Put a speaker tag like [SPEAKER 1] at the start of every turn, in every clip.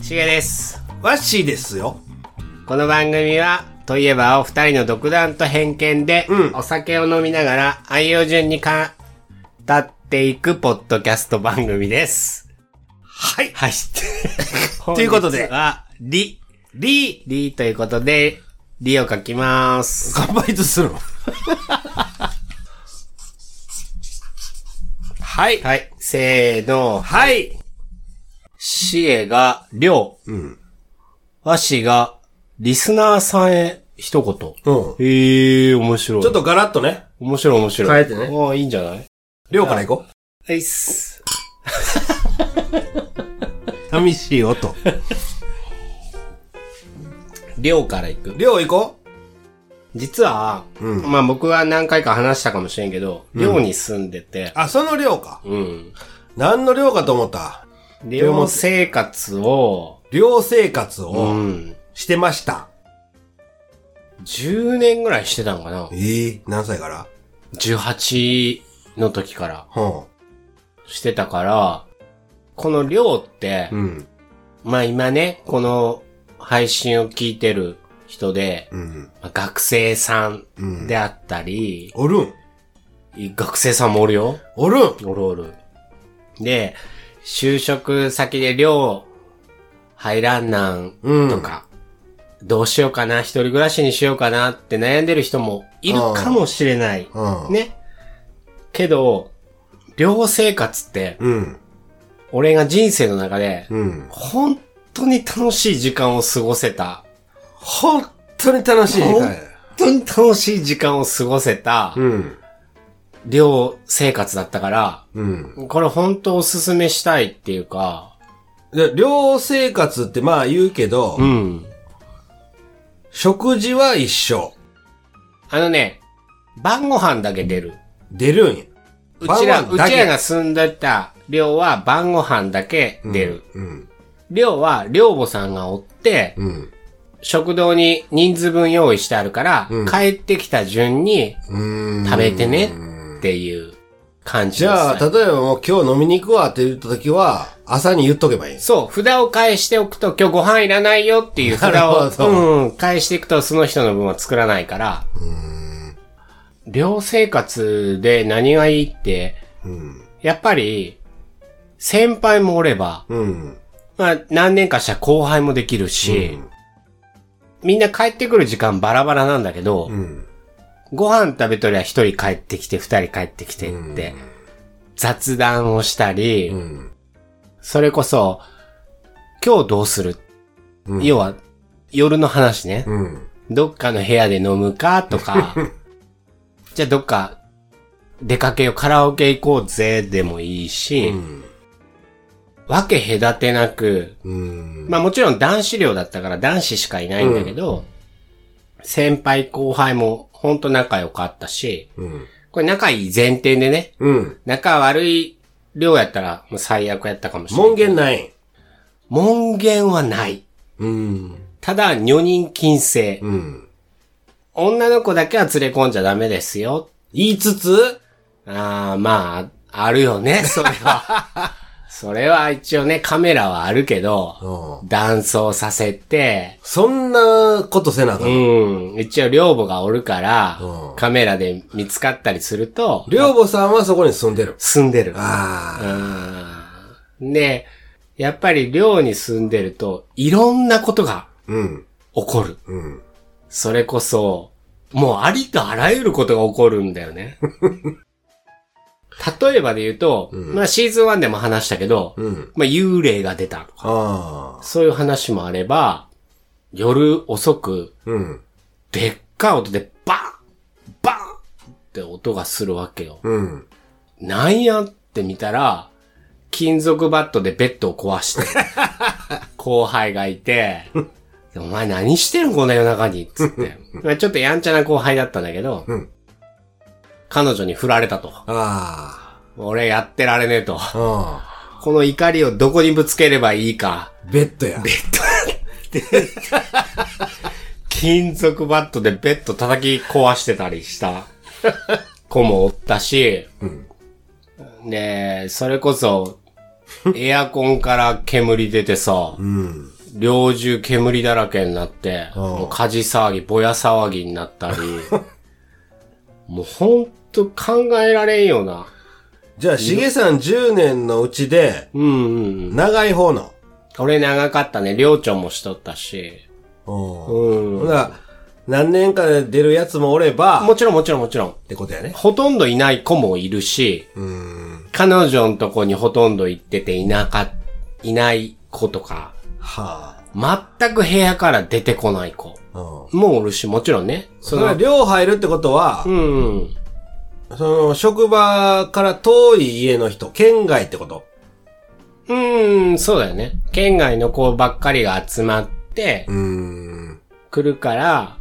[SPEAKER 1] しげです。
[SPEAKER 2] ワッシーですよ。
[SPEAKER 1] この番組は、といえばお二人の独断と偏見で、
[SPEAKER 2] うん
[SPEAKER 1] お酒を飲みながら愛用順に語っていくポッドキャスト番組です。
[SPEAKER 2] はい。
[SPEAKER 1] はい。
[SPEAKER 2] ということで
[SPEAKER 1] は、り、
[SPEAKER 2] リー、
[SPEAKER 1] りということで、りを書きます。
[SPEAKER 2] 乾杯とするの。はい。
[SPEAKER 1] はい。せーの。
[SPEAKER 2] はい。
[SPEAKER 1] しえが、りょう。
[SPEAKER 2] ん
[SPEAKER 1] わしが、リスナーさんへ、一言。
[SPEAKER 2] うん。
[SPEAKER 1] ええー、面白い。
[SPEAKER 2] ちょっとガラッとね、
[SPEAKER 1] 面白い面白い。
[SPEAKER 2] 変えてね
[SPEAKER 1] ああ、いいんじゃない
[SPEAKER 2] 量からいこう。
[SPEAKER 1] はいっす。
[SPEAKER 2] 寂しい音。
[SPEAKER 1] りょうから行く。
[SPEAKER 2] 量いこ
[SPEAKER 1] 実は、
[SPEAKER 2] うん
[SPEAKER 1] まあ僕は何回か話したかもしれんけど、寮に住んでて
[SPEAKER 2] う。、あ、その量か。
[SPEAKER 1] うん。
[SPEAKER 2] 何の量かと思った。
[SPEAKER 1] 寮生活を、
[SPEAKER 2] 寮生活
[SPEAKER 1] う
[SPEAKER 2] を
[SPEAKER 1] ん、
[SPEAKER 2] してました。
[SPEAKER 1] 10年ぐらいしてたのかな
[SPEAKER 2] ええ何歳から
[SPEAKER 1] ?18 の時から
[SPEAKER 2] ほ
[SPEAKER 1] してたから、この寮って
[SPEAKER 2] う。、うん。
[SPEAKER 1] まあ今ね、この配信を聞いてる人で、
[SPEAKER 2] うん。
[SPEAKER 1] まあ学生さん
[SPEAKER 2] うん
[SPEAKER 1] であったり、
[SPEAKER 2] おるん。
[SPEAKER 1] 学生さんもおるよ。
[SPEAKER 2] おるん。
[SPEAKER 1] おるおる。で、就職先で寮入らんなん
[SPEAKER 2] うん
[SPEAKER 1] とか、どうしようかな、一人暮らしにしようかなって悩んでる人もいるかもしれない。
[SPEAKER 2] うん。
[SPEAKER 1] ね。けど、寮生活って、
[SPEAKER 2] うん。
[SPEAKER 1] 俺が人生の中で、
[SPEAKER 2] うん。
[SPEAKER 1] 本当に楽しい時間を過ごせた。
[SPEAKER 2] 本当に楽しい。
[SPEAKER 1] ほん本当に楽しい時間を過ごせた、
[SPEAKER 2] うん。
[SPEAKER 1] 寮生活だったから、
[SPEAKER 2] うん。
[SPEAKER 1] これ本当おすすめしたいっていうか、
[SPEAKER 2] で、寮生活ってまあ言うけど、
[SPEAKER 1] うん。
[SPEAKER 2] 食事は一緒。
[SPEAKER 1] あのね、晩ご飯だけ出る。
[SPEAKER 2] 出るんや。
[SPEAKER 1] うちら、
[SPEAKER 2] 晩
[SPEAKER 1] うち
[SPEAKER 2] ご飯だけ
[SPEAKER 1] らが住んでた寮は晩ご飯だけ出る。
[SPEAKER 2] うん。
[SPEAKER 1] 寮は寮母さんがおって、
[SPEAKER 2] うん。
[SPEAKER 1] 食堂に人数分用意してあるから、
[SPEAKER 2] うん
[SPEAKER 1] 帰ってきた順に
[SPEAKER 2] うん。
[SPEAKER 1] 食べてねっていう感じ
[SPEAKER 2] じ
[SPEAKER 1] です。
[SPEAKER 2] ゃあ、例えばもう今日飲みに行くわって言った時は、朝に言っとけばいい。
[SPEAKER 1] そう、札を返しておくと、今日ご飯いらないよっていう札
[SPEAKER 2] なるほ
[SPEAKER 1] を、
[SPEAKER 2] ど
[SPEAKER 1] うん、返していくと、その人の分は作らないから、
[SPEAKER 2] うん。
[SPEAKER 1] 寮生活で何がいいって、
[SPEAKER 2] うん。
[SPEAKER 1] やっぱり、先輩もおれば、
[SPEAKER 2] うん。
[SPEAKER 1] まあ、何年かしたら後輩もできるし、みんな帰ってくる時間バラバラなんだけど、
[SPEAKER 2] うん。
[SPEAKER 1] ご飯食べとりゃ一人帰ってきて、二人帰ってきてって、雑談をしたり、
[SPEAKER 2] うん。
[SPEAKER 1] それこそ、今日どうする、
[SPEAKER 2] うん
[SPEAKER 1] 要は、夜の話ね、
[SPEAKER 2] うん。
[SPEAKER 1] どっかの部屋で飲むかと か、じゃあどっか出かけよう、カラオケ行こうぜでもいいし、
[SPEAKER 2] うん。
[SPEAKER 1] わけ隔てなく、
[SPEAKER 2] うん。
[SPEAKER 1] まあもちろん男子寮だったから男子しかいないんだけど、先輩後輩もほんと仲良かったし、
[SPEAKER 2] うん。
[SPEAKER 1] これ仲いい前提でね、
[SPEAKER 2] うん。
[SPEAKER 1] 仲悪い寮やったらもう最悪やったかもしれない。
[SPEAKER 2] 門限ない。
[SPEAKER 1] 門限はない。
[SPEAKER 2] うん。
[SPEAKER 1] ただ、女人禁制。
[SPEAKER 2] うん。
[SPEAKER 1] 女の子だけは連れ込んじゃダメですよ。
[SPEAKER 2] 言いつつ、
[SPEAKER 1] ああ、まあ、あるよ ね、それは。それは一応ね、カメラはあるけど、断層させて、
[SPEAKER 2] そんなことせなあかん。
[SPEAKER 1] うん。一応、寮母がおるから、
[SPEAKER 2] うん
[SPEAKER 1] カメラで見つかったりすると、
[SPEAKER 2] 寮母さんはそこに住んでる。
[SPEAKER 1] 住んでる。
[SPEAKER 2] あ
[SPEAKER 1] うん。で、やっぱり寮に住んでると、いろんなことが
[SPEAKER 2] あ。うん。
[SPEAKER 1] 起こる。
[SPEAKER 2] うん。
[SPEAKER 1] それこそ、もうありとあらゆることが起こるんだよ ね。例えばで言うと、
[SPEAKER 2] うん
[SPEAKER 1] まあシーズン1でも話したけど、
[SPEAKER 2] うん。
[SPEAKER 1] まあ幽霊が出たとか、
[SPEAKER 2] ああ。
[SPEAKER 1] そういう話もあれば、夜遅く、
[SPEAKER 2] うん。
[SPEAKER 1] でっかい音でバンバンって音がするわけよ。
[SPEAKER 2] うん。
[SPEAKER 1] なんやって見たら、金属バットでベッドを壊 して、後輩がいて、お前何してんのこんな夜中につって。まあちょっとやんちゃな後輩だったんだけど、
[SPEAKER 2] うん
[SPEAKER 1] 彼女に振られたと。
[SPEAKER 2] あ
[SPEAKER 1] 俺やってられねえと。
[SPEAKER 2] あ。う
[SPEAKER 1] この怒りをどこにぶつければいいか。
[SPEAKER 2] ん。ベッドや。
[SPEAKER 1] 結金属バットでベッド叩き壊してたりした子もおったし、ねえ、それこそ、エアコンから煙出てさ、猟銃煙だらけになって、もう火事騒ぎ、ぼや騒ぎになったり、もうほんと考えられんよな。
[SPEAKER 2] じゃあ、しげさん10年のうちで、
[SPEAKER 1] うんうんうん。
[SPEAKER 2] 長い方の。
[SPEAKER 1] 俺長かったね、寮長もしとったし、
[SPEAKER 2] うん。
[SPEAKER 1] うん。
[SPEAKER 2] ほな、何年かで出るやつもおれば、っ
[SPEAKER 1] もちろんもちろんもちろん。
[SPEAKER 2] てことやね。
[SPEAKER 1] ほとんどいない子もいるし、
[SPEAKER 2] うん。
[SPEAKER 1] 彼女のとこにほとんど行ってていなか、いない子とか、
[SPEAKER 2] は
[SPEAKER 1] 全く部屋から出てこない子
[SPEAKER 2] あ。うん。
[SPEAKER 1] もおるし、もちろんね。そ
[SPEAKER 2] その
[SPEAKER 1] の、
[SPEAKER 2] 寮入るってことは
[SPEAKER 1] う、ん。
[SPEAKER 2] その職場から遠い家の人、県外ってこと
[SPEAKER 1] うん、そうだよね。県外の子ばっかりが集まって
[SPEAKER 2] うーん。
[SPEAKER 1] 来るから、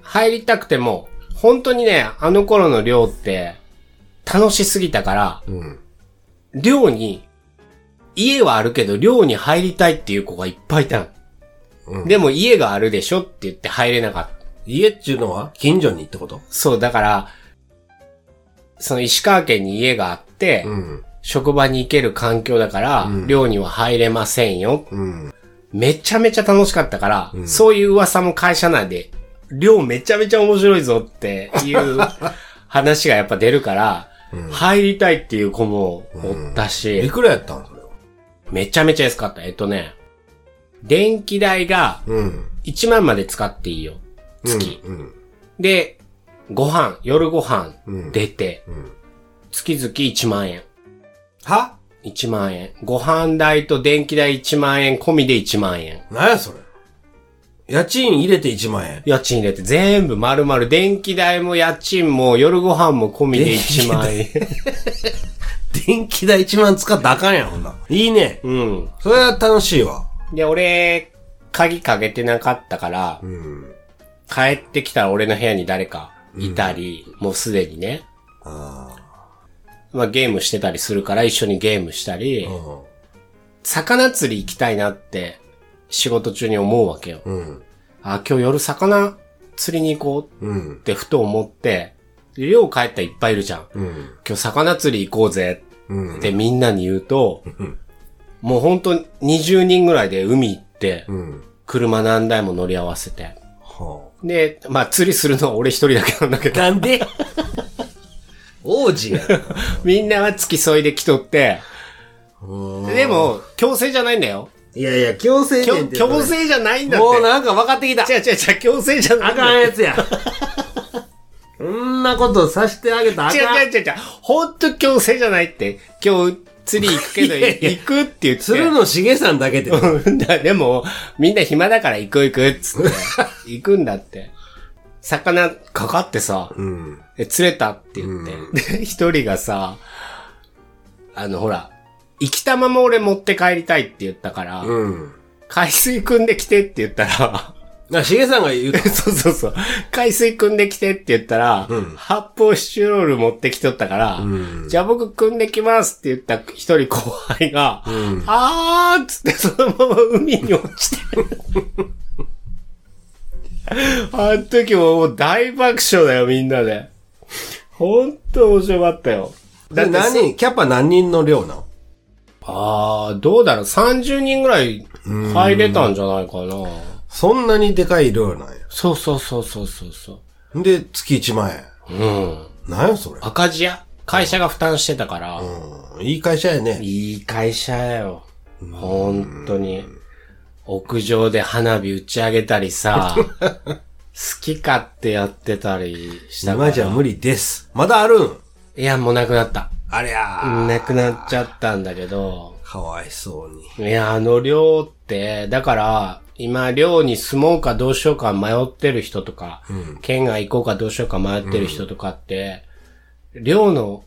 [SPEAKER 1] 入りたくても、本当にね、あの頃の寮って、楽しすぎたから、
[SPEAKER 2] うん。
[SPEAKER 1] 寮に、家はあるけど寮に入りたいっていう子がいっぱいいたの。
[SPEAKER 2] うん
[SPEAKER 1] でも家があるでしょって言って入れなかった。
[SPEAKER 2] 家っていうのは近所にってこと
[SPEAKER 1] そう、だから、その石川県に家があって、
[SPEAKER 2] うん。
[SPEAKER 1] 職場に行ける環境だから、寮には入れませんよ。
[SPEAKER 2] うん。
[SPEAKER 1] めちゃめちゃ楽しかったから、そういう噂も会社内で、寮めちゃめちゃ面白いぞっていう 話がやっぱ出るから、入りたいっていう子もおったし、
[SPEAKER 2] いくらやったんそれは。
[SPEAKER 1] めちゃめちゃ安かった。えっとね、電気代が
[SPEAKER 2] うん。
[SPEAKER 1] 1万まで使っていいよ。月。
[SPEAKER 2] うん。
[SPEAKER 1] で、ご飯、夜ご飯
[SPEAKER 2] うん
[SPEAKER 1] 出て、
[SPEAKER 2] ん
[SPEAKER 1] 月々1万円。
[SPEAKER 2] は
[SPEAKER 1] 1万円。ご飯代と電気代1万円込みで1万円。
[SPEAKER 2] なんやそれ。家賃入れて1万円。
[SPEAKER 1] 家賃入れて全部丸々電気代も家賃も夜ご飯も込みで1万円。
[SPEAKER 2] 電気代1万使ったらあかんやん、ほんな。いいね。
[SPEAKER 1] うん。
[SPEAKER 2] それは楽しいわ。
[SPEAKER 1] で、俺、鍵かけてなかったから、
[SPEAKER 2] うん。
[SPEAKER 1] 帰ってきたら俺の部屋に誰かいたり、もうすでにね。
[SPEAKER 2] あ
[SPEAKER 1] まあゲームしてたりするから一緒にゲームしたり、
[SPEAKER 2] あ。うん。
[SPEAKER 1] 魚釣り行きたいなって仕事中に思うわけよ。
[SPEAKER 2] うん。
[SPEAKER 1] あ、今日夜魚釣りに行こう
[SPEAKER 2] うん
[SPEAKER 1] っ。てふと思って、寮帰ったらいっぱいいるじゃん。
[SPEAKER 2] うん。
[SPEAKER 1] 今日魚釣り行こうぜ
[SPEAKER 2] うん
[SPEAKER 1] っ。てみんなに言うと、
[SPEAKER 2] ん
[SPEAKER 1] もうほんと20人ぐらいで海行って、
[SPEAKER 2] うん。
[SPEAKER 1] 車何台も乗り合わせて。
[SPEAKER 2] は
[SPEAKER 1] で、まあ釣りするのは俺一人だけなんだけ
[SPEAKER 2] あ。
[SPEAKER 1] ど、
[SPEAKER 2] なんで王子やん。
[SPEAKER 1] みんなは付き添いで来とって、でも強制じゃないんだよ。
[SPEAKER 2] いやいや、強制
[SPEAKER 1] 強
[SPEAKER 2] 権っていうのは
[SPEAKER 1] 強
[SPEAKER 2] ね
[SPEAKER 1] 制じゃないんだって。
[SPEAKER 2] もうなんか分かってきた。
[SPEAKER 1] 違う違う違う、強制じゃない
[SPEAKER 2] あ
[SPEAKER 1] んだよ
[SPEAKER 2] かんやつや。そんなことさしてあげたらあ
[SPEAKER 1] 違
[SPEAKER 2] かん。
[SPEAKER 1] う違う違う違う。ほんと強制じゃないって。今日釣り行くけど、
[SPEAKER 2] いやいや
[SPEAKER 1] 行くって言って。
[SPEAKER 2] するのしげさんだけで。
[SPEAKER 1] うんだでも、みんな暇だから行く行くっつ って。行くんだって。魚かかってさ、
[SPEAKER 2] うん。
[SPEAKER 1] で釣れたって言って。で、一人がさ、あのほら、生きたまま俺持って帰りたいって言ったから、
[SPEAKER 2] うん。
[SPEAKER 1] 海水汲んできてって言ったら、
[SPEAKER 2] あ、しげさんが言うと。
[SPEAKER 1] そうそうそう。海水汲んできてって言ったら、発泡スチロール持ってきとったから、
[SPEAKER 2] ん
[SPEAKER 1] じゃあ僕汲んできますって言った一人後輩が、あーっつってそのまま海に落ちて。 あの時ももう大爆笑だよ、みんなで。ほんと面白かったよ。だ
[SPEAKER 2] で
[SPEAKER 1] って
[SPEAKER 2] 何人、キャパ何人の量なの
[SPEAKER 1] あー、どうだろう。30人ぐらい入れたんじゃないかな。
[SPEAKER 2] そんなにでかい量なんや。
[SPEAKER 1] そうそうそうそうそうそう。
[SPEAKER 2] で、月1万円。
[SPEAKER 1] うん。
[SPEAKER 2] なんやそれ。
[SPEAKER 1] 赤字や会社が負担してたから、
[SPEAKER 2] うん。いい会社やね。
[SPEAKER 1] いい会社だよ。本当に。屋上で花火打ち上げたり さ、好き勝手やってたりしたから。
[SPEAKER 2] 今じゃ無理です。まだあるん
[SPEAKER 1] いや、もうなくなった。
[SPEAKER 2] ありゃ
[SPEAKER 1] なくなっちゃったんだけど、
[SPEAKER 2] ー。かわいそうに。
[SPEAKER 1] いや、あの寮って、だから、今、寮に住もうかどうしようか迷ってる人とか、県外行こうかどうしようか迷ってる人とかって、寮の、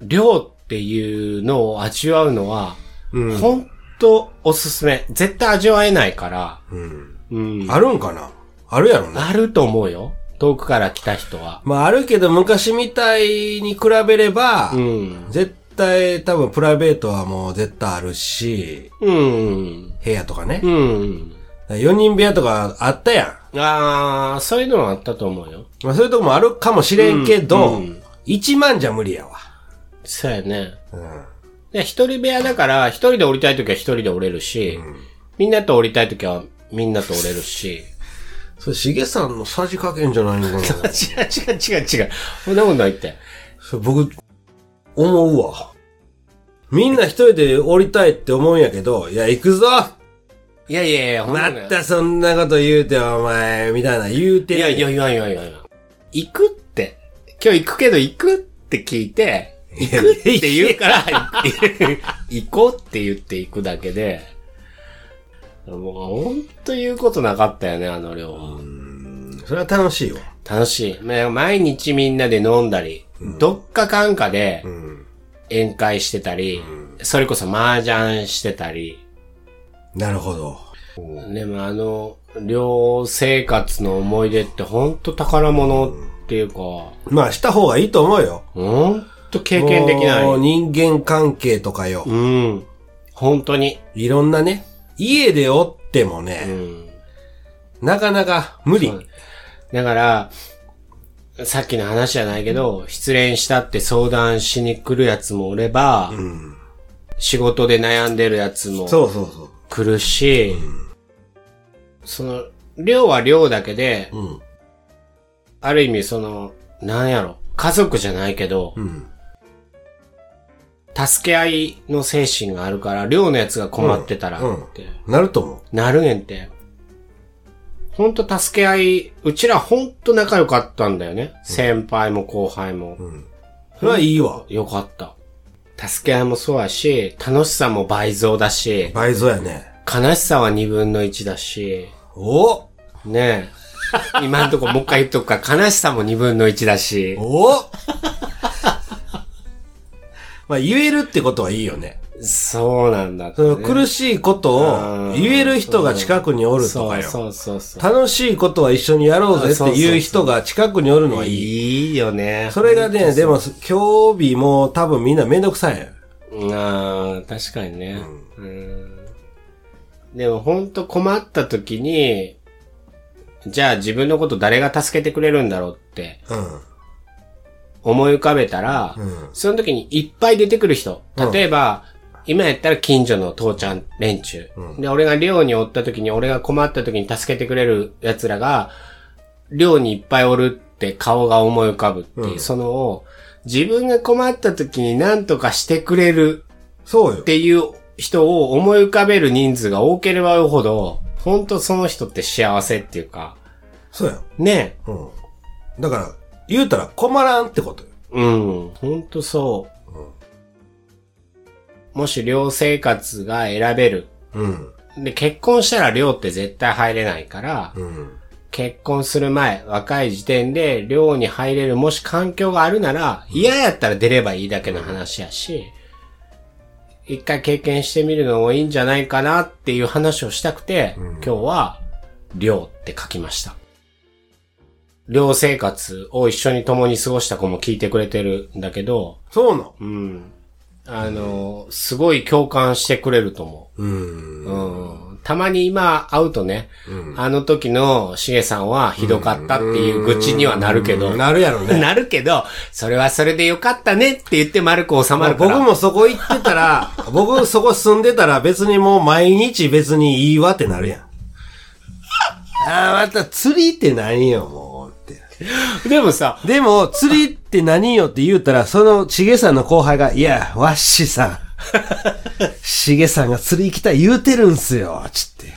[SPEAKER 1] 寮っていうのを味わうのは、ほんとおすすめ。絶対味わえないから、
[SPEAKER 2] うん。
[SPEAKER 1] うん。
[SPEAKER 2] あるんかなあるやろね。
[SPEAKER 1] あると思うよ。遠くから来た人は。
[SPEAKER 2] まああるけど昔みたいに比べれば、
[SPEAKER 1] うん。
[SPEAKER 2] 絶対多分プライベートはもう絶対あるし、
[SPEAKER 1] うん。
[SPEAKER 2] 部屋とかね
[SPEAKER 1] う。ん。
[SPEAKER 2] 4人部屋とかあったやん。
[SPEAKER 1] あー、そういうのはあったと思うよ。
[SPEAKER 2] まあ、そういうとこもあるかもしれんけど、
[SPEAKER 1] うんう
[SPEAKER 2] 1万じゃ無理やわ。
[SPEAKER 1] そうやね。
[SPEAKER 2] うん。
[SPEAKER 1] で、一人部屋だから、一人で降りたいときは一人で降れるし、みんなと降りたいときはみんなと降れるし。
[SPEAKER 2] それ、しげさんのさじ加減じゃないのか な
[SPEAKER 1] 違う違う違う違う。そんなことないって。
[SPEAKER 2] それ僕、思うわ。みんな一人で降りたいって思うんやけど、いや、行くぞ
[SPEAKER 1] いやいやいや、ほん
[SPEAKER 2] ま
[SPEAKER 1] ね
[SPEAKER 2] たそんなこと言うて、お前、みたいな言うて
[SPEAKER 1] いやいやいやいやいやいや。行くって。今日行くけど行くって聞いて、行くって言う から、行こうって言って行くだけで、もうほんと言うことなかったよね、あの量は。
[SPEAKER 2] それは楽しいわ。
[SPEAKER 1] 楽しい。まあ毎日みんなで飲んだり、どっかかんかで
[SPEAKER 2] うん。
[SPEAKER 1] 宴会してたり、それこそ麻雀してたり、
[SPEAKER 2] なるほど。
[SPEAKER 1] でもあの、寮生活の思い出ってほんと宝物っていうか、
[SPEAKER 2] まあ、した方がいいと思うよ。
[SPEAKER 1] ほんと経験できな
[SPEAKER 2] もう
[SPEAKER 1] い。
[SPEAKER 2] 人間関係とかよ。
[SPEAKER 1] うん。本当に。
[SPEAKER 2] いろんなね、家でおっても
[SPEAKER 1] う
[SPEAKER 2] ね、
[SPEAKER 1] ん。
[SPEAKER 2] なかなか無理。
[SPEAKER 1] だから、さっきの話じゃないけど、失恋したって相談しに来るやつもおれば、
[SPEAKER 2] うん。
[SPEAKER 1] 仕事で悩んでるやつも
[SPEAKER 2] そうそうそ
[SPEAKER 1] 来るし、その、量は量だけで、
[SPEAKER 2] う。うん。
[SPEAKER 1] ある意味その、なんやろ、家族じゃないけど、
[SPEAKER 2] うん。
[SPEAKER 1] 助け合いの精神があるから、量のやつが困ってたら
[SPEAKER 2] うんうん
[SPEAKER 1] って、
[SPEAKER 2] なると思
[SPEAKER 1] なるねんって。ほんと助け合い、うちらほんと仲良かったんだよね。先輩も後輩も
[SPEAKER 2] う。。うん。それはいいわ。
[SPEAKER 1] 良かった。助け合いもそうやし、楽しさも倍増だし、
[SPEAKER 2] 倍増やね。
[SPEAKER 1] 悲しさは二分の一だし、
[SPEAKER 2] お
[SPEAKER 1] ねえ。今んとこもう一回言っとくか、悲しさも二分の一だし、
[SPEAKER 2] お まあ、言えるってことはいいよね。
[SPEAKER 1] そうなんだって、
[SPEAKER 2] そ
[SPEAKER 1] ね。
[SPEAKER 2] の苦しいことを言える人が近くにおるとかよ。
[SPEAKER 1] そうそうそうそ
[SPEAKER 2] 楽しいことは一緒にやろうぜっていう人が近くにおるのは
[SPEAKER 1] う。
[SPEAKER 2] い
[SPEAKER 1] い
[SPEAKER 2] い。
[SPEAKER 1] いよね。
[SPEAKER 2] それがね、でも、興味も多分みんなめんどくさいよ。
[SPEAKER 1] ああ、確かにね。うん。でも本当困った時に、じゃあ自分のこと誰が助けてくれるんだろうって
[SPEAKER 2] う
[SPEAKER 1] 思い浮かべたら、
[SPEAKER 2] ん
[SPEAKER 1] その時にいっぱい出てくる人。例えば、今やったら近所の父ちゃん連中。で、俺が寮におった時に、俺が困った時に助けてくれる奴らが、寮にいっぱいおるって顔が思い浮かぶっていう、その、自分が困った時に何とかしてくれる
[SPEAKER 2] そう
[SPEAKER 1] っ
[SPEAKER 2] よ。
[SPEAKER 1] ていう人を思い浮かべる人数が多ければ多いほど、ほんとその人って幸せっていうか、
[SPEAKER 2] そうよ。
[SPEAKER 1] ね。
[SPEAKER 2] うん。だから、言うたら困らんってことよ。
[SPEAKER 1] うん、ほんとそう。もし寮生活が選べる。
[SPEAKER 2] うん。
[SPEAKER 1] で、結婚したら寮って絶対入れないから、
[SPEAKER 2] うん。
[SPEAKER 1] 結婚する前、若い時点で寮に入れる、もし環境があるなら、嫌やったら出ればいいだけの話やし、一回経験してみるのもいいんじゃないかなっていう話をしたくて、今日は、寮って書きました。寮生活を一緒に共に過ごした子も聞いてくれてるんだけど、
[SPEAKER 2] そうなの。
[SPEAKER 1] うん。あの、すごい共感してくれると思う。
[SPEAKER 2] うん。
[SPEAKER 1] うんたまに今会うとね、あの時のしげさんはひどかったっていう愚痴にはなるけど、
[SPEAKER 2] なるやろね。
[SPEAKER 1] なるけど、それはそれでよかったねって言って丸く収ま
[SPEAKER 2] まあ
[SPEAKER 1] るか
[SPEAKER 2] 僕
[SPEAKER 1] ら。
[SPEAKER 2] もそこ行ってたら、 僕そこ住んでたら別にもう毎日別にいいわってなるやん。ああ、また釣りって何よ、もうって。
[SPEAKER 1] でもさ、
[SPEAKER 2] でも、釣りって何よって言うたら、そのしげさんの後輩が、いや、わっしーさん。しげさんが釣り行きたい言うてるんすよ、ちって。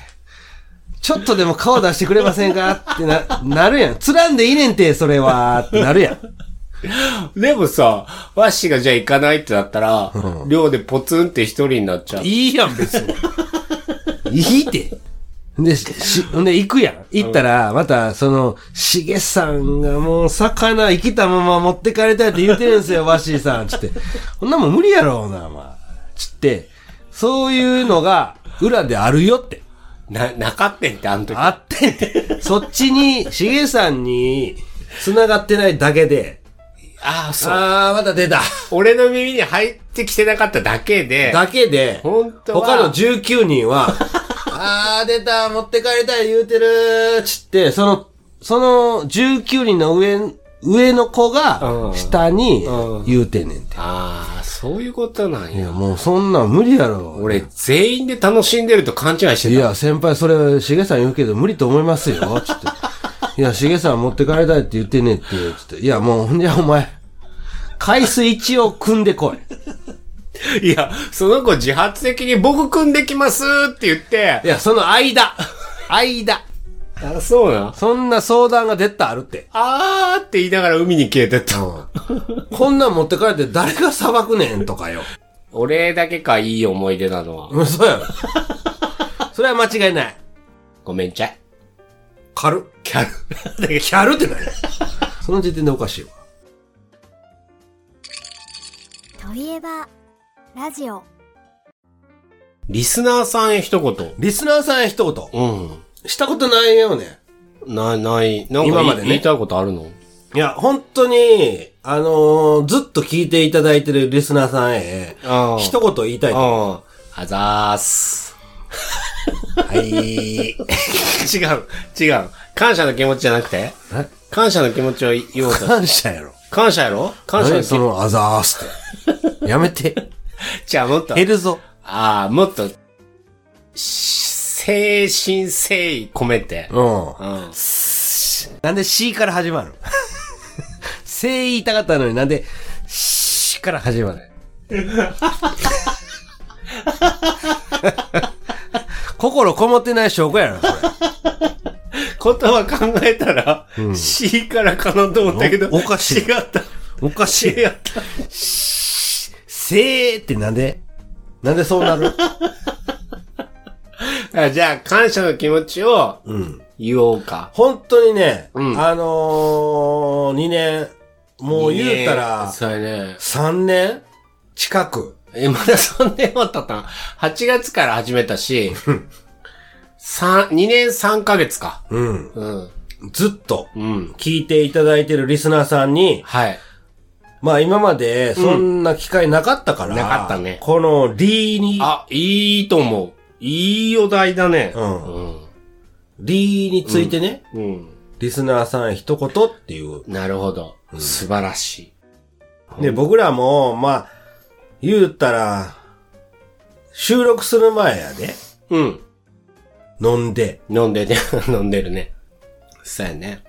[SPEAKER 2] ちょっとでも顔出してくれませんかってな、なるやん。釣らんでいいねんて、それは。ってなるやん。
[SPEAKER 1] でもさ、ワッシーがじゃあ行かないってなったら、寮でポツンって一人になっちゃう。
[SPEAKER 2] いいやん、別に。いいって。で、し、ほんで、行くやん。行ったら、また、その、しげさんがもう、魚生きたまま持って帰りたいって言ってるんですよ、わしーさん。つって。こんなもん無理やろうな、お前。つって、そういうのが、裏であるよって。
[SPEAKER 1] な、なかってんってあの時。
[SPEAKER 2] あってんて。そっちに、しげさんに、繋がってないだけで、
[SPEAKER 1] ああ、そう。
[SPEAKER 2] あー、また出た。
[SPEAKER 1] 俺の耳に入ってきてなかっただけで、
[SPEAKER 2] だけで、
[SPEAKER 1] 本当は
[SPEAKER 2] 他の19人は、あー、出た、持って帰りたい言うてるー、つって、その、その19人の上、上の子
[SPEAKER 1] う
[SPEAKER 2] が
[SPEAKER 1] ん、
[SPEAKER 2] 下に
[SPEAKER 1] うん
[SPEAKER 2] 言うてんねんて。
[SPEAKER 1] ああ、そういうことなん
[SPEAKER 2] い
[SPEAKER 1] や。
[SPEAKER 2] や、もうそんなん無理やろ。
[SPEAKER 1] 俺、全員で楽しんでると勘違いしてた。
[SPEAKER 2] いや、先輩、それ、しげさん言うけど、無理と思いますよ、つって。いや、しげさん持って帰りたいって言ってねって、つって。いや、もう、ほんじゃ、お前、海水一を組んでこい。
[SPEAKER 1] いや、その子自発的に僕組んできますって言って
[SPEAKER 2] い。や、その間。間。
[SPEAKER 1] あ、そうな。
[SPEAKER 2] そんな相談が絶対あるって。
[SPEAKER 1] あーって言いながら海に消えてった。
[SPEAKER 2] こんなん持って帰って誰が裁くねんとかよ。
[SPEAKER 1] 俺だけか、いい思い出なのは。
[SPEAKER 2] 嘘やろ。それは間違いない。
[SPEAKER 1] ごめんちゃい。
[SPEAKER 2] 軽っ。
[SPEAKER 1] キャル。だけど
[SPEAKER 2] キャルってないその時点でおかしいわ。
[SPEAKER 3] といえば、ラジオ。
[SPEAKER 1] リスナーさんへ一言。
[SPEAKER 2] リスナーさんへ一言。
[SPEAKER 1] うん。
[SPEAKER 2] したことないよね。
[SPEAKER 1] な、ない、なんか
[SPEAKER 2] 今までね
[SPEAKER 1] 言いたいことあるの
[SPEAKER 2] いや、本当に、あのーずっと聞いていただいてるリスナーさんへ、
[SPEAKER 1] あー
[SPEAKER 2] 一言言いたい。は
[SPEAKER 1] うん。あざーす。
[SPEAKER 2] い。
[SPEAKER 1] 違う、違う。感謝の気持ちじゃなくて
[SPEAKER 2] え
[SPEAKER 1] 感謝の気持ちを言おう と。
[SPEAKER 2] 感謝やろ。
[SPEAKER 1] 感謝やろ感謝の
[SPEAKER 2] 何
[SPEAKER 1] 気
[SPEAKER 2] そ
[SPEAKER 1] 持
[SPEAKER 2] のあざーすって。やめて。
[SPEAKER 1] ち。じゃあもっと。
[SPEAKER 2] 減るぞ。
[SPEAKER 1] ああ、もっと、精神誠意込めて。
[SPEAKER 2] うん。
[SPEAKER 1] うん。
[SPEAKER 2] なんで C から始まるのせい言いたかったのになんで C から始まるの心こもってない証拠やろ、そ
[SPEAKER 1] 言葉考えたら、C からかなと思ったけど、
[SPEAKER 2] おおかしい
[SPEAKER 1] 違った。
[SPEAKER 2] れ。おかしい。
[SPEAKER 1] 違った。
[SPEAKER 2] せーってなんでなんでそうなる
[SPEAKER 1] あじゃあ、感謝の気持ちを
[SPEAKER 2] うん。
[SPEAKER 1] 言おうか。
[SPEAKER 2] 本当にね、
[SPEAKER 1] うん
[SPEAKER 2] あのー、2年、もう言うたら、
[SPEAKER 1] そうやね。
[SPEAKER 2] 3年近く。
[SPEAKER 1] え、まだ3年は経ったん ?8 月から始めた し、三2年3ヶ月か。
[SPEAKER 2] うん。
[SPEAKER 1] うん。
[SPEAKER 2] ずっと、
[SPEAKER 1] うん。
[SPEAKER 2] 聞いていただいてるリスナーさんに、
[SPEAKER 1] はい。
[SPEAKER 2] まあ今までそんな機会なかったから、
[SPEAKER 1] なかったね
[SPEAKER 2] このリーに、
[SPEAKER 1] あ、いいと思う。いいお題だね。
[SPEAKER 2] うん
[SPEAKER 1] うん。
[SPEAKER 2] リーについてね、
[SPEAKER 1] うん。
[SPEAKER 2] リスナーさんへ一言っていう。
[SPEAKER 1] なるほど。素晴らし
[SPEAKER 2] で、僕らも、まあ、言うたら、収録する前やで、
[SPEAKER 1] い。うん。
[SPEAKER 2] 飲んで、
[SPEAKER 1] 飲んでね、 飲んでるね。そうやね。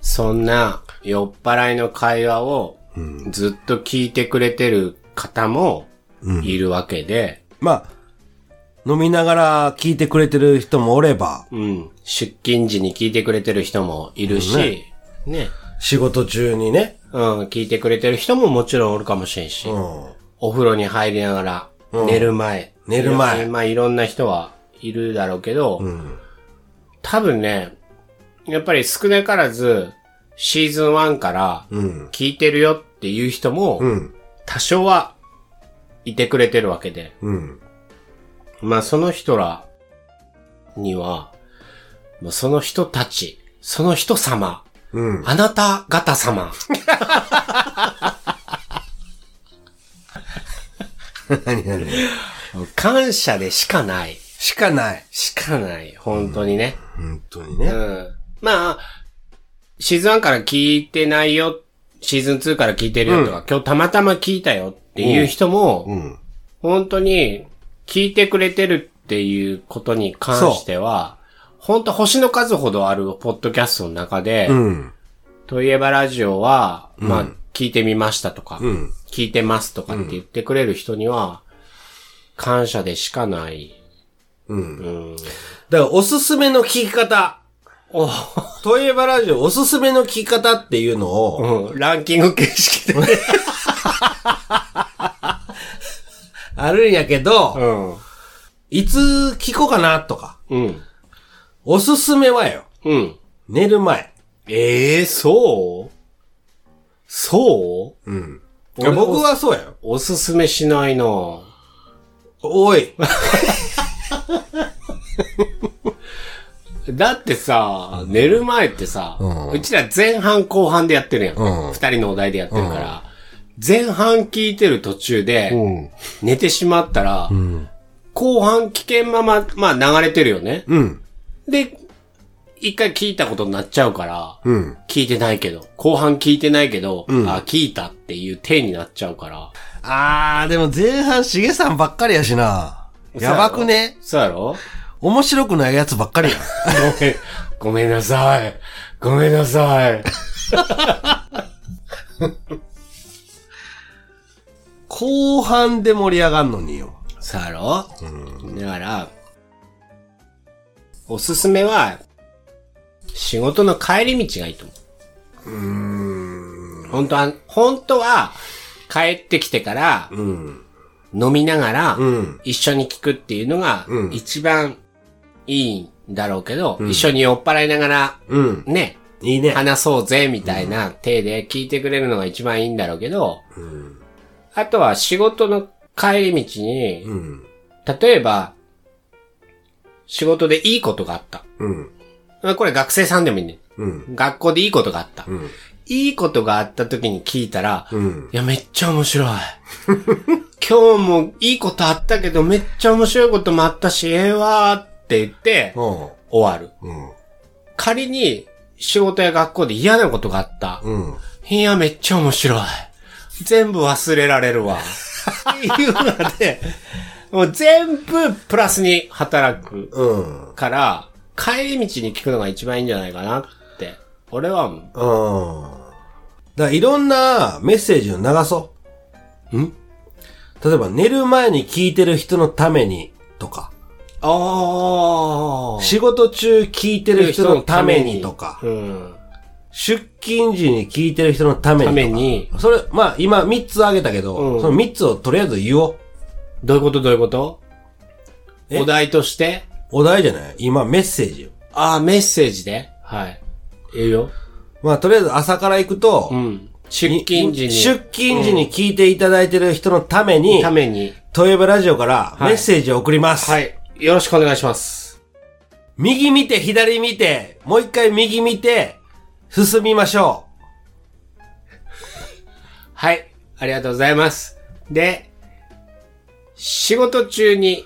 [SPEAKER 1] そんな酔っ払いの会話を
[SPEAKER 2] うん
[SPEAKER 1] ずっと聞いてくれてる方も
[SPEAKER 2] うん
[SPEAKER 1] いるわけで、
[SPEAKER 2] まあ、飲みながら聞いてくれてる人もおれば、
[SPEAKER 1] うん。出勤時に聞いてくれてる人もいるし、ね。
[SPEAKER 2] 仕事中にね、
[SPEAKER 1] うん、聞いてくれてる人ももちろんおるかもしれんし、
[SPEAKER 2] うん、
[SPEAKER 1] お風呂に入りながら、
[SPEAKER 2] うん
[SPEAKER 1] 寝る前。
[SPEAKER 2] 寝る前
[SPEAKER 1] いろまあいろんな人はいるだろうけど、
[SPEAKER 2] うん、
[SPEAKER 1] 多分ね、やっぱり少なからず、シーズン1から
[SPEAKER 2] うん、
[SPEAKER 1] 聞いてるよっていう人も、
[SPEAKER 2] うん、
[SPEAKER 1] 多少はいてくれてるわけで。
[SPEAKER 2] うん、
[SPEAKER 1] まあその人らには、もうその人たち、その人様、
[SPEAKER 2] うん。
[SPEAKER 1] あなた方様。
[SPEAKER 2] 何何
[SPEAKER 1] 感謝でしかない。
[SPEAKER 2] しかない。
[SPEAKER 1] しかない。本当にね。
[SPEAKER 2] 本当に
[SPEAKER 1] う
[SPEAKER 2] ね。
[SPEAKER 1] ん。まあ、シーズン1から聞いてないよ。シーズン2から聞いてるよとか、今日たまたま聞いたよっていう人も、
[SPEAKER 2] うん。
[SPEAKER 1] 本当に聞いてくれてるっていうことに関しては、本当星の数ほどあるポッドキャストの中で、
[SPEAKER 2] うん。
[SPEAKER 1] といえばラジオは、まあ、聞いてみましたとか、
[SPEAKER 2] うん。
[SPEAKER 1] 聞いてますとかって言ってくれる人には、感謝でしかない。
[SPEAKER 2] うん。
[SPEAKER 1] うん。
[SPEAKER 2] だから、おすすめの聞き方。
[SPEAKER 1] お
[SPEAKER 2] といえばラジオ、おすすめの聞き方っていうのを、
[SPEAKER 1] うん、ランキング形式で。
[SPEAKER 2] あるんやけど、
[SPEAKER 1] ん。
[SPEAKER 2] いつ聞こうかなとか。
[SPEAKER 1] うん。
[SPEAKER 2] おすすめはよ、
[SPEAKER 1] うん。
[SPEAKER 2] 寝る前。
[SPEAKER 1] ええそうそう
[SPEAKER 2] うん。
[SPEAKER 1] 俺も
[SPEAKER 2] 僕はそうやよ。
[SPEAKER 1] おすすめしないなぁ
[SPEAKER 2] おい。
[SPEAKER 1] だってさ、寝る前ってさ、う
[SPEAKER 2] うん
[SPEAKER 1] ちら前半後半でやってるやん。二、
[SPEAKER 2] うん
[SPEAKER 1] 人のお題でやってるから、前半聞いてる途中で、
[SPEAKER 2] うん。
[SPEAKER 1] 寝てしまったら、
[SPEAKER 2] ん
[SPEAKER 1] 後半危険まま、まあ流れてるよね。
[SPEAKER 2] うん。
[SPEAKER 1] で、一回聞いたことになっちゃうから、
[SPEAKER 2] うん。
[SPEAKER 1] 聞いてないけど、後半聞いてないけど、あ、聞いたっていう体になっちゃうから。
[SPEAKER 2] あー、でも前半しげさんばっかりやしな。やばくね
[SPEAKER 1] そうやろ
[SPEAKER 2] 面白くないやつばっかりや。
[SPEAKER 1] ごめん、ごめんなさい。ごめんなさい。
[SPEAKER 2] 後半で盛り上がんのによ。
[SPEAKER 1] そうやろだから、おすすめは、仕事の帰り道がいいと思う。うん。本当は、本当は、帰ってきてから、
[SPEAKER 2] うん。
[SPEAKER 1] 飲みながら、
[SPEAKER 2] うん。
[SPEAKER 1] 一緒に聞くっていうのが
[SPEAKER 2] う、ん
[SPEAKER 1] 一番いいんだろうけど、一緒に酔っ払いながら、
[SPEAKER 2] うん。
[SPEAKER 1] ね、
[SPEAKER 2] いいね。
[SPEAKER 1] 話そうぜ、みたいな手で聞いてくれるのが一番いいんだろうけど、
[SPEAKER 2] うん。
[SPEAKER 1] あとは仕事の帰り道に、
[SPEAKER 2] うん。
[SPEAKER 1] 例えば、仕事でいいことがあった。
[SPEAKER 2] うん。
[SPEAKER 1] まあこれ学生さんでもいいね。
[SPEAKER 2] うん。
[SPEAKER 1] 学校でいいことがあった。
[SPEAKER 2] うん。
[SPEAKER 1] いいことがあった時に聞いたら、
[SPEAKER 2] うん。
[SPEAKER 1] いや、めっちゃ面白い。 今日もいいことあったけど、めっちゃ面白いこともあったし、ええわーって言って、
[SPEAKER 2] お
[SPEAKER 1] 終わる。
[SPEAKER 2] うん。
[SPEAKER 1] 仮に、仕事や学校で嫌なことがあった。
[SPEAKER 2] うん。
[SPEAKER 1] いや、めっちゃ面白い。全部忘れられる わ。っていうので、もう全部プラスに働く
[SPEAKER 2] うん。
[SPEAKER 1] から、帰り道に聞くのが一番いいんじゃないかなって。俺は、ん
[SPEAKER 2] うん。だからいろんなメッセージを流そう。
[SPEAKER 1] ん
[SPEAKER 2] 例えば寝る前に聞いてる人のためにとか、
[SPEAKER 1] あ
[SPEAKER 2] 仕事中聞いてる人のためにとか、
[SPEAKER 1] うん。
[SPEAKER 2] 出勤時に聞いてる人のためにと
[SPEAKER 1] た
[SPEAKER 2] か。
[SPEAKER 1] めに、
[SPEAKER 2] それ、まあ今3つ挙げたけど、
[SPEAKER 1] うん
[SPEAKER 2] その3つをとりあえず言おう。
[SPEAKER 1] どういうことどういうこと
[SPEAKER 2] え
[SPEAKER 1] お題として
[SPEAKER 2] お題じゃない今メッセージよ。
[SPEAKER 1] ああ、メッセージではい。言うよ。
[SPEAKER 2] まあとりあえず朝から行くと、
[SPEAKER 1] うん。出勤時に。
[SPEAKER 2] 出勤時に聞いていただいてる人のために、
[SPEAKER 1] ために。
[SPEAKER 2] トイバラジオからメッセージを送ります。
[SPEAKER 1] はい。よろしくお願いします。
[SPEAKER 2] 右見て、左見て、もう一回右見て、進みましょ
[SPEAKER 1] はい。ありがとうございます。で、仕事中に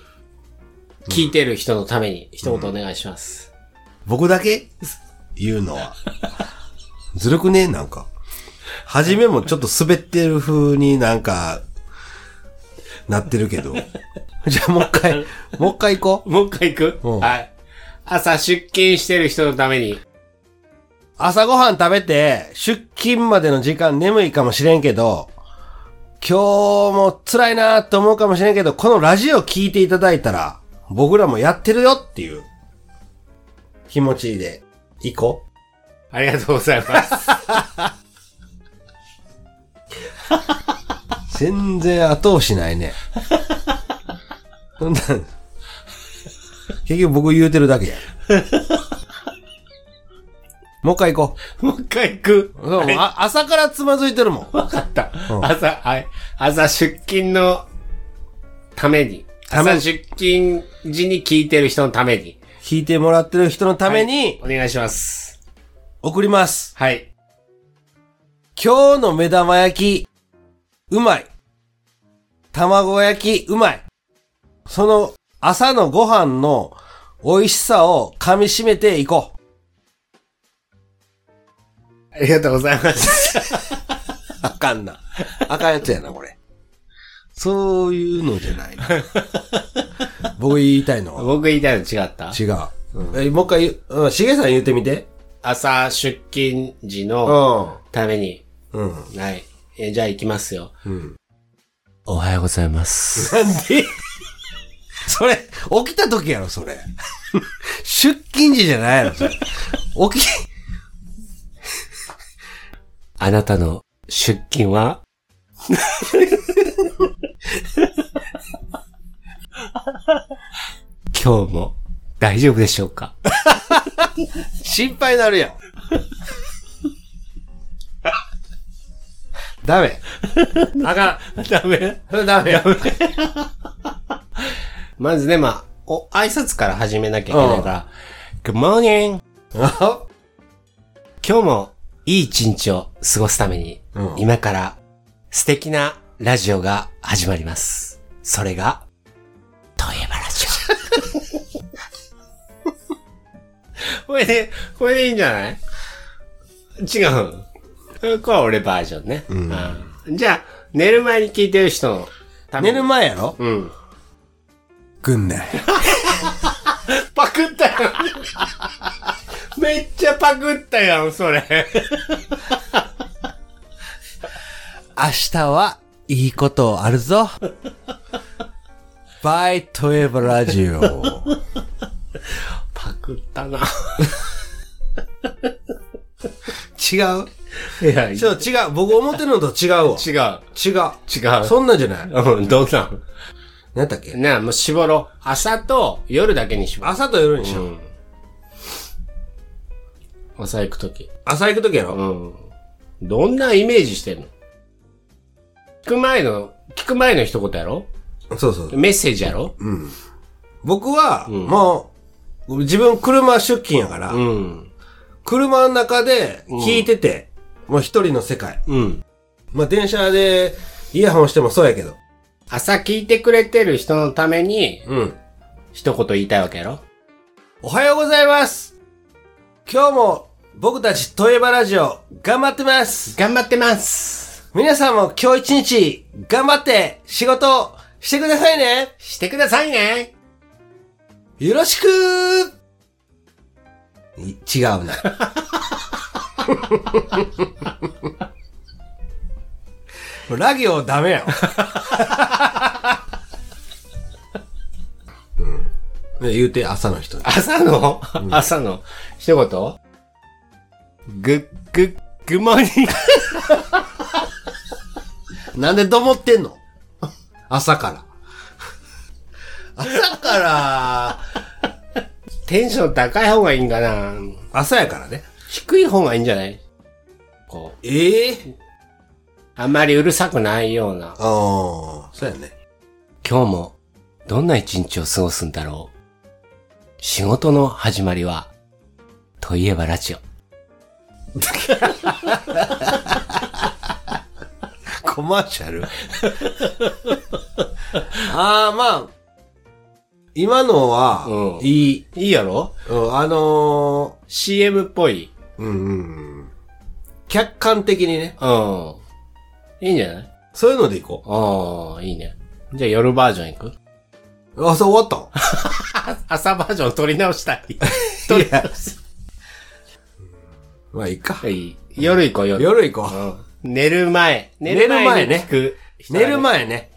[SPEAKER 1] 聞いてる人のために一言お願いします。
[SPEAKER 2] う。僕だけ言うのは。 ずるくねなんか。はじめもちょっと滑ってる風になんか、なってるけど。じゃあもう一回、もう一回行こう。
[SPEAKER 1] もう一回行く
[SPEAKER 2] うん
[SPEAKER 1] はい。朝出勤してる人のために。
[SPEAKER 2] 朝ごはん食べて、出勤までの時間眠いかもしれんけど、今日も辛いなと思うかもしれんけど、このラジオ聞いていただいたら、僕らもやってるよっていう気持ちで、行こ
[SPEAKER 1] ありがとうござい ます。
[SPEAKER 2] う。全然後押しないね。そんなん結局僕言うてるだけや。もう一回行こ
[SPEAKER 1] もう一回行く。
[SPEAKER 2] う。そうあ朝からつまずいてるもん。
[SPEAKER 1] わかった
[SPEAKER 2] う。ん
[SPEAKER 1] 朝、はい。朝出勤のために。
[SPEAKER 2] ため
[SPEAKER 1] 朝出勤時に聞いてる人のために。
[SPEAKER 2] 聞いてもらってる人のために
[SPEAKER 1] お願いします。
[SPEAKER 2] 送ります。
[SPEAKER 1] はい。
[SPEAKER 2] 今日の目玉焼き、うまい。卵焼き、うまい。その朝のご飯の美味しさを噛み締めていこう。
[SPEAKER 1] ありがとうございます。
[SPEAKER 2] あかんな。あかんやつやな、これ。そういうのじゃないな。僕言いたいのは
[SPEAKER 1] 僕言いたいの違った
[SPEAKER 2] 違う。えもう一回言う、うん、しげさん言ってみて。
[SPEAKER 1] 朝出勤時
[SPEAKER 2] う
[SPEAKER 1] の
[SPEAKER 2] ん。
[SPEAKER 1] ために。
[SPEAKER 2] うん。
[SPEAKER 1] はい。えじゃあ行きますよ。
[SPEAKER 2] うん。
[SPEAKER 1] おはようございます。
[SPEAKER 2] なんでそれ、起きた時やろ、それ。出勤時じゃないやろ、それ。起き、
[SPEAKER 1] あなたの出勤 は今日も大丈夫でしょうか
[SPEAKER 2] 心配なるやん。 ダメ。 あか
[SPEAKER 1] ダメ
[SPEAKER 2] ん。それダメや。
[SPEAKER 1] まずね、まあ、お、挨拶から始めなきゃいけないから、Good morning!
[SPEAKER 2] あ
[SPEAKER 1] 今日もいい一日を過ごすために、
[SPEAKER 2] うん
[SPEAKER 1] 今から素敵なラジオが始まります。それが、トイエバラジオ。 これで、これでいいんじゃない違う。これは俺バージョンね。うんじゃあ、寝る前に聞いてる人のため
[SPEAKER 2] 寝
[SPEAKER 1] に。
[SPEAKER 2] る前やろ
[SPEAKER 1] うん。
[SPEAKER 2] くんない。
[SPEAKER 1] パクった よめっちゃパクったやん、それ。
[SPEAKER 2] 明日はいいことある ぞ。バイトエバラジオ。
[SPEAKER 1] パクったな。
[SPEAKER 2] 違う
[SPEAKER 1] いや、違
[SPEAKER 2] ちょっと違う。僕思ってるのと違うわ。
[SPEAKER 1] う。
[SPEAKER 2] 違う。
[SPEAKER 1] 違う。
[SPEAKER 2] そんなんじゃない。
[SPEAKER 1] うん、どうなん
[SPEAKER 2] なんだっけ
[SPEAKER 1] ねえもう絞ろう。朝と夜だけに絞ろ
[SPEAKER 2] 朝と夜にし
[SPEAKER 1] う。う
[SPEAKER 2] よう。
[SPEAKER 1] ん。朝行くとき。
[SPEAKER 2] 朝行くときやろ
[SPEAKER 1] うん。どんなイメージしてんの聞く前の、聞く前の一言やろ
[SPEAKER 2] そうそう。
[SPEAKER 1] メッセージやろうん。
[SPEAKER 2] 僕は、もう、自分車出勤やから、
[SPEAKER 1] うん。
[SPEAKER 2] 車の中で聞いてて、もう一人の世界。まあ電車でイヤホンしてもそうやけど。
[SPEAKER 1] 朝聞いてくれてる人のために、
[SPEAKER 2] うん。
[SPEAKER 1] 一言言いたいわけやろ
[SPEAKER 2] おはようございます今日も僕たちトイバラジオ頑張ってます
[SPEAKER 1] 頑張ってます
[SPEAKER 2] 皆さんも今日一日頑張って仕事をしてくださいね
[SPEAKER 1] してくださいね
[SPEAKER 2] よろしくい違うな。 ラ行ダメやん、 うん、言うて朝の人に。
[SPEAKER 1] 朝の、朝の、一言ぐ、ぐ、ぐもに。
[SPEAKER 2] なんでどもってんの朝から。 朝から、
[SPEAKER 1] テンション高い方がいいんかな
[SPEAKER 2] 朝やからね。
[SPEAKER 1] 低い方がいいんじゃないこう、
[SPEAKER 2] ええ
[SPEAKER 1] あんまりうるさくないような。
[SPEAKER 2] ああ、そうやね。
[SPEAKER 1] 今日もどんな一日を過ごすんだろう。仕事の始まりは、といえばラジオ。
[SPEAKER 2] コマーシャルああ、まあ、今のは、
[SPEAKER 1] うん
[SPEAKER 2] いい、
[SPEAKER 1] いいやろ
[SPEAKER 2] うんあの
[SPEAKER 1] ?CM っぽい。
[SPEAKER 2] ー、うんうんうん、客観的にね、
[SPEAKER 1] うん。いいんじゃない
[SPEAKER 2] そういうのでいこ
[SPEAKER 1] うん、いいね。じゃあ夜バージョン行く
[SPEAKER 2] う。あ、そう終わっ
[SPEAKER 1] 朝バージョン撮り直した い。
[SPEAKER 2] たんいや。まあ、いいか。
[SPEAKER 1] い夜行こう、夜。
[SPEAKER 2] 夜行
[SPEAKER 1] う
[SPEAKER 2] こ
[SPEAKER 1] ん。寝る前。寝
[SPEAKER 2] る前
[SPEAKER 1] に
[SPEAKER 2] ね
[SPEAKER 1] 聞く
[SPEAKER 2] う。
[SPEAKER 1] 人だ
[SPEAKER 2] 寝
[SPEAKER 1] ね。
[SPEAKER 2] る前ね。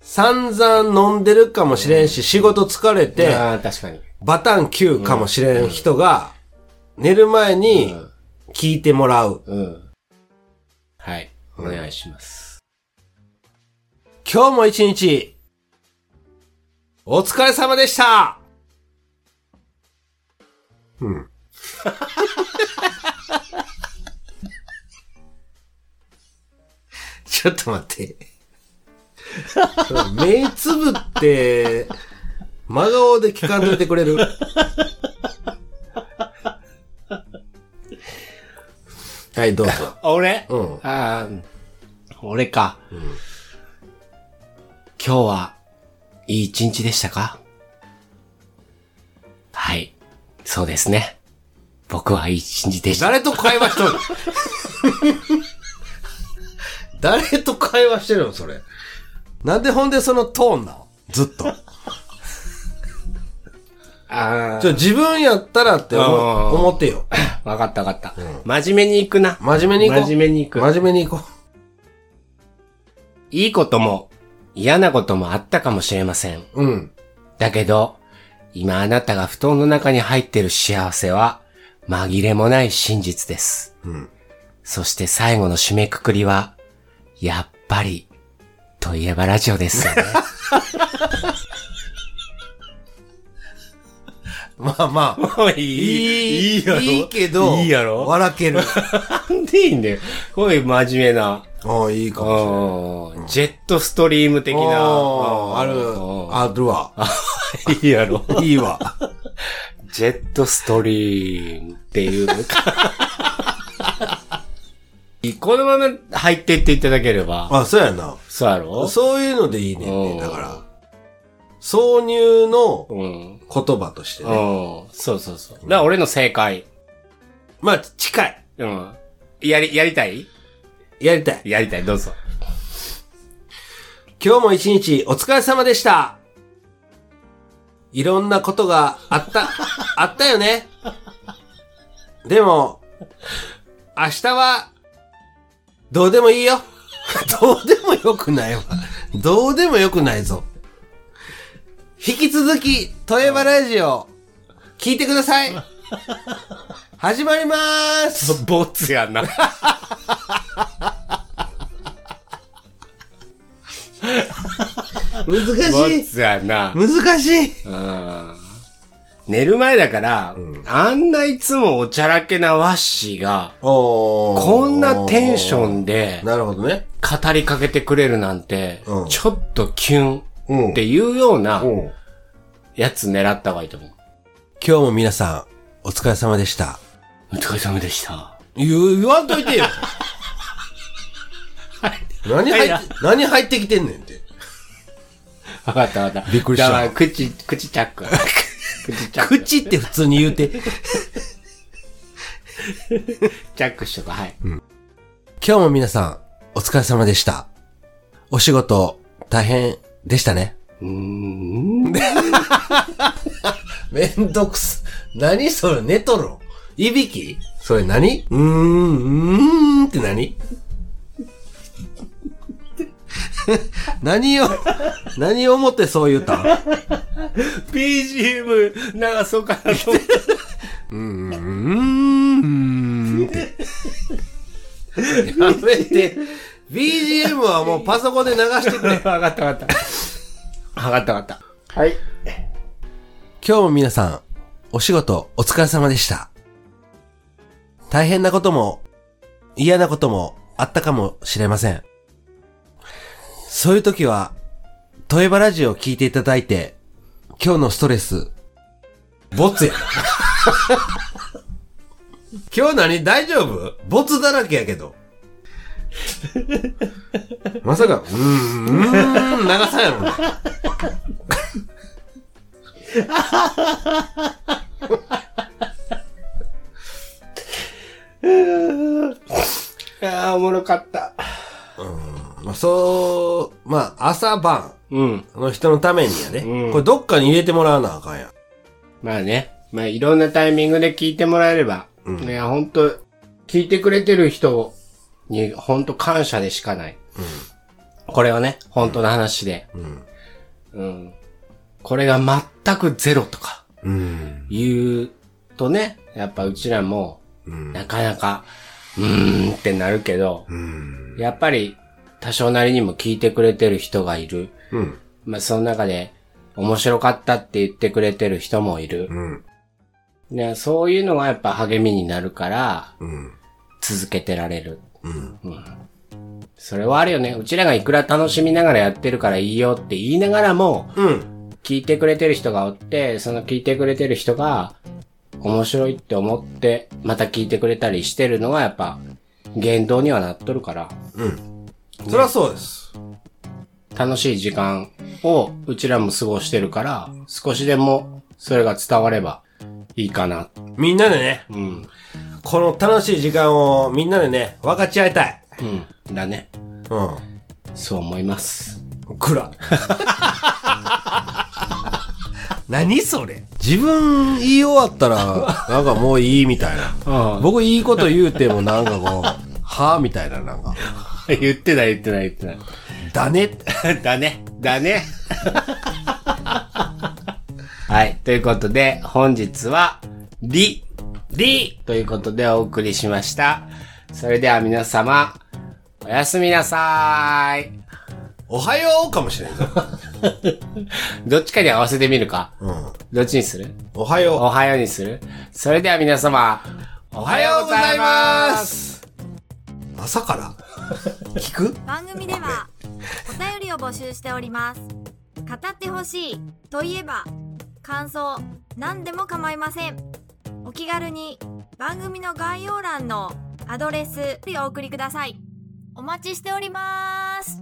[SPEAKER 2] 散々飲んでるかもしれんし、仕事疲れて、
[SPEAKER 1] ああ、確かに。
[SPEAKER 2] バタン Q かもしれん人が、寝る前に聞いてもらう。
[SPEAKER 1] うん。はい。お願いします。
[SPEAKER 2] 今日も一日、お疲れ様でしたうん。 ちょっと待って。目つぶって、真顔で聞かんといてくれるはい、どうぞ。
[SPEAKER 1] あ俺
[SPEAKER 2] うん。
[SPEAKER 1] ああ、俺か。今日は、いい一日でしたかはい。そうですね。僕はいい一日でした。
[SPEAKER 2] 誰と会話しと る誰と会話してるのそれ。なんでほんでそのトーンなのずっと。
[SPEAKER 1] あ
[SPEAKER 2] ちょ、自分やったらって
[SPEAKER 1] あー
[SPEAKER 2] 思思ってよ。
[SPEAKER 1] あ、わかったわかった。真面目に行くな。
[SPEAKER 2] 真面目に行こう。
[SPEAKER 1] 真面目に行く
[SPEAKER 2] 真面目に行こ
[SPEAKER 1] いいことも、嫌なこともあったかもしれません。
[SPEAKER 2] う。うん。
[SPEAKER 1] だけど、今あなたが布団の中に入ってる幸せは、紛れもない真実です。
[SPEAKER 2] ん
[SPEAKER 1] そして最後の締めくくりは、やっぱり、といえばラジオですよね。
[SPEAKER 2] まあまあ。
[SPEAKER 1] い
[SPEAKER 2] いい、いいけど、笑ける。
[SPEAKER 1] なんでいいんだよ。こういう真面目な。
[SPEAKER 2] ああ、いいかもしれない。
[SPEAKER 1] うんジェットストリーム的な。
[SPEAKER 2] ああ、ある
[SPEAKER 1] うん、
[SPEAKER 2] あるわ。
[SPEAKER 1] いいやろ。
[SPEAKER 2] いいわ。
[SPEAKER 1] ジェットストリームっていうのか。 このまま入ってっていただければ。
[SPEAKER 2] あ、そうやな。
[SPEAKER 1] そうやろ
[SPEAKER 2] そういうのでいいねん
[SPEAKER 1] うん
[SPEAKER 2] ね。だから、挿入の
[SPEAKER 1] うん。
[SPEAKER 2] 言葉として
[SPEAKER 1] う
[SPEAKER 2] ね。
[SPEAKER 1] ん。そうそうそう。だから俺の正解。
[SPEAKER 2] まあ、近い。
[SPEAKER 1] うん。やり、やりたい
[SPEAKER 2] やりたい。
[SPEAKER 1] やりたい、どうぞ。
[SPEAKER 2] 今日も一日お疲れ様でした。いろんなことがあった、 あったよね。でも、明日は、どうでもいいよ。 どうでもよくないわ。どうでもよくないぞ。引き続き、トエバラジオ、聞いてください。始まりまーす。
[SPEAKER 1] ボツやな。ボ
[SPEAKER 2] 難しい。
[SPEAKER 1] ツやな。
[SPEAKER 2] 難しい。
[SPEAKER 1] 寝る前だから、あんないつもおちゃらけなワッシーが、
[SPEAKER 2] お
[SPEAKER 1] こんなテンションで
[SPEAKER 2] なるほどね。
[SPEAKER 1] 語りかけてくれるなんて
[SPEAKER 2] う、ん
[SPEAKER 1] ちょっとキュ
[SPEAKER 2] うん
[SPEAKER 1] ンっていうような
[SPEAKER 2] 今
[SPEAKER 1] やつ狙った方がいいと思う。
[SPEAKER 2] 日も皆さん、お疲れ様でした。
[SPEAKER 1] お疲れ様でした。
[SPEAKER 2] 言わんといてよ。 何入って、何入ってきてんねんって。
[SPEAKER 1] わかったわかった。
[SPEAKER 2] びっくりした
[SPEAKER 1] だから口、口チャック。口チャック。
[SPEAKER 2] 口って普通に言うて。今
[SPEAKER 1] チャックしとか、はい。
[SPEAKER 2] 日も皆さん、お疲れ様でした。お仕事、大変でしたね。
[SPEAKER 1] うーん。
[SPEAKER 2] めんどくす。何それ、寝とろ。いびきそれ何うーん、うーんって何何を、何をもってそう言うたん
[SPEAKER 1] BGM 流そうかなと思って。
[SPEAKER 2] うーんって。やめて。BGM はもうパソコンで流してくれ。
[SPEAKER 1] わかったわかった。わかったわかった。はい。
[SPEAKER 2] 今日も皆さん、お仕事お疲れ様でした。大変なことも、嫌なこともあったかもしれません。そういう時は、トエバラジオを聞いていただいて、今日のストレス、ボツや。 今日何大丈夫ボツだらけやけど。まさか、うーん、うーん、長さやろな。
[SPEAKER 1] ああ、おもろかった。
[SPEAKER 2] まあ、そう、まあ、朝晩
[SPEAKER 1] うん。
[SPEAKER 2] の人のためにやね。
[SPEAKER 1] うん
[SPEAKER 2] これどっかに入れてもらわなあかんやん。
[SPEAKER 1] まあね。まあいろんなタイミングで聞いてもらえれば。いや、ほんと、聞いてくれてる人に、ほんと感謝でしかない。これはね、本当の話で。
[SPEAKER 2] ん
[SPEAKER 1] うんこれが全くゼロとか、
[SPEAKER 2] うん。
[SPEAKER 1] 言うとね、やっぱうちらも、
[SPEAKER 2] うん。
[SPEAKER 1] なかなか、うーんってなるけど、
[SPEAKER 2] うん。
[SPEAKER 1] やっぱり多少なりにも聞いてくれてる人がいる。
[SPEAKER 2] うん。
[SPEAKER 1] まあその中で面白かったって言ってくれてる人もいる。
[SPEAKER 2] うん。
[SPEAKER 1] ね、そういうのがやっぱ励みになるから
[SPEAKER 2] うん。
[SPEAKER 1] 続けてられる。
[SPEAKER 2] うん。
[SPEAKER 1] それはあるよね。うちらがいくら楽しみながらやってるからいいよって言いながらも、
[SPEAKER 2] うん。
[SPEAKER 1] 聞いてくれてる人がおって、その聞いてくれてる人が面白いって思って、また聞いてくれたりしてるのがやっぱ言動にはなっとるから。
[SPEAKER 2] そりゃそうです。
[SPEAKER 1] 楽しい時間をうちらも過ごしてるから、少しでもそれが伝わればいいかな。
[SPEAKER 2] みんなでね、
[SPEAKER 1] うん。
[SPEAKER 2] この楽しい時間をみんなでね、分かち合いたい。
[SPEAKER 1] うん。だね。
[SPEAKER 2] う
[SPEAKER 1] そう思います。
[SPEAKER 2] ん。くら。 何それ自分言い終わったら、なんかもういいみたいな。
[SPEAKER 1] あ
[SPEAKER 2] 僕いいこと言うてもなんかこう、はぁみたいな、なんか。
[SPEAKER 1] あ、言ってない言ってない言って
[SPEAKER 2] だねって。
[SPEAKER 1] ない。 だね。だね。はい。ということで、本日は、り、りということでお送りしました。それでは皆様、おやすみなさーい。
[SPEAKER 2] おはようかもしれんぞ。
[SPEAKER 1] どっちかに合わせてみるか
[SPEAKER 2] うん。
[SPEAKER 1] どっちにする
[SPEAKER 2] おは
[SPEAKER 1] お
[SPEAKER 2] よ
[SPEAKER 1] はようにするそれでは皆様、お
[SPEAKER 2] う。お
[SPEAKER 1] はようございます
[SPEAKER 2] 朝から聞く
[SPEAKER 3] 番組ではお便りを募集しております語ってほしいといえば感想何でも構いませんお気軽に番組の概要欄のアドレスでお送りくださいお待ちしております